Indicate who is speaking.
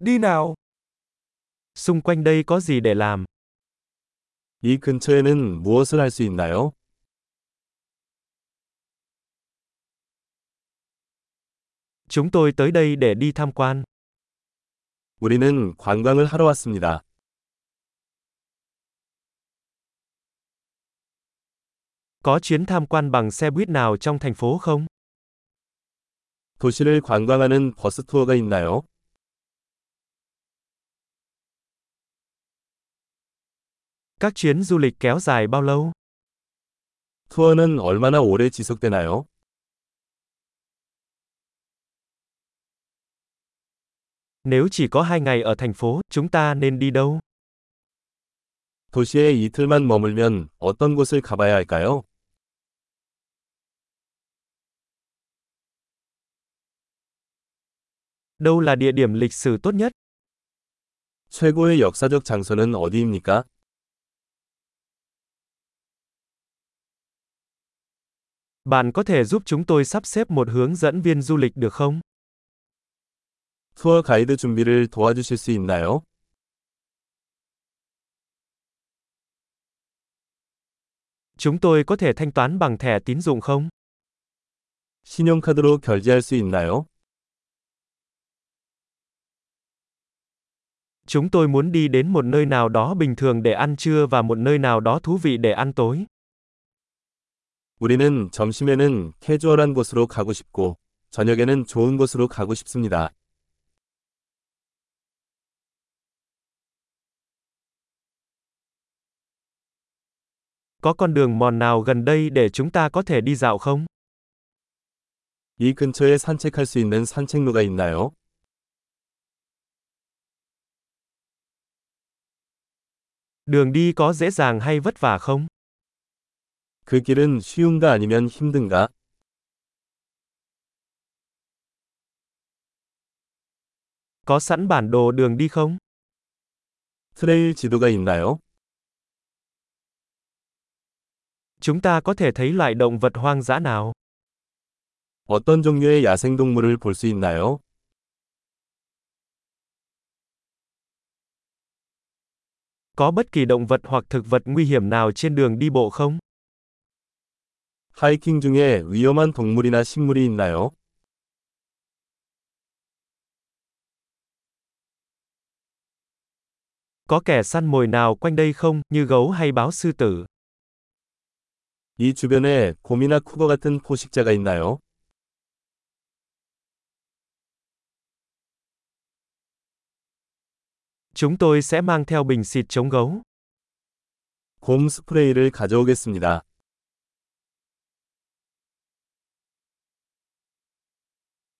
Speaker 1: đi nào.
Speaker 2: Xung quanh đây có gì để làm?
Speaker 3: 이 근처에는 무엇을 할 수 있나요?
Speaker 2: Chúng tôi tới đây để đi tham quan.
Speaker 3: 우리는 관광을 하러 왔습니다.
Speaker 2: Có chuyến tham quan bằng xe buýt nào trong thành phố không?
Speaker 3: 도시를 관광하는 버스 투어가 있나요?
Speaker 2: Các chuyến du lịch kéo dài bao lâu?
Speaker 3: 투어는 얼마나 오래 지속되나요?
Speaker 2: Nếu chỉ có hai ngày ở thành phố, chúng ta nên đi đâu?
Speaker 3: 도시에 이틀만 머물면 어떤 곳을 가봐야 할까요?
Speaker 2: Đâu là địa điểm lịch sử tốt nhất?
Speaker 3: 최고의 역사적 장소는 어디입니까?
Speaker 2: Bạn có thể giúp chúng tôi sắp xếp một hướng dẫn viên du lịch được không?
Speaker 3: 투어 가이드 준비를 도와주실 수 있나요?
Speaker 2: Chúng tôi có thể thanh toán bằng thẻ tín dụng không?
Speaker 3: 신용카드로 결제할 수 있나요?
Speaker 2: Chúng tôi muốn đi đến một nơi nào đó bình thường để ăn trưa và một nơi nào đó thú vị để ăn tối.
Speaker 3: 우리는 점심에는 캐주얼한 곳으로 가고 싶고, 저녁에는 좋은 곳으로 가고 싶습니다.
Speaker 2: Có con đường mòn nào gần đây để chúng ta có thể đi dạo không?
Speaker 3: 이 근처에 산책할 수 있는 산책로가 있나요?
Speaker 2: Đường đi có dễ dàng hay vất vả không?
Speaker 3: 그 길은 쉬운가 아니면 힘든가?
Speaker 2: Có sẵn bản đồ đường đi không?
Speaker 3: 트레일 지도가 있나요?
Speaker 2: Chúng ta có thể thấy loại động vật hoang dã nào?
Speaker 3: 어떤 종류의 야생동물을 볼 수 있나요?
Speaker 2: Có bất kỳ động vật hoặc thực vật nguy hiểm nào trên đường đi bộ không?
Speaker 3: 하이킹 중에 위험한 동물이나 식물이 있나요?
Speaker 2: Có kẻ săn mồi nào quanh đây không, như gấu hay báo sư tử?
Speaker 3: 이 주변에 곰이나 쿠거 같은 포식자가 있나요?
Speaker 2: Chúng tôi sẽ mang theo bình xịt chống gấu.
Speaker 3: 곰 스프레이를 가져오겠습니다.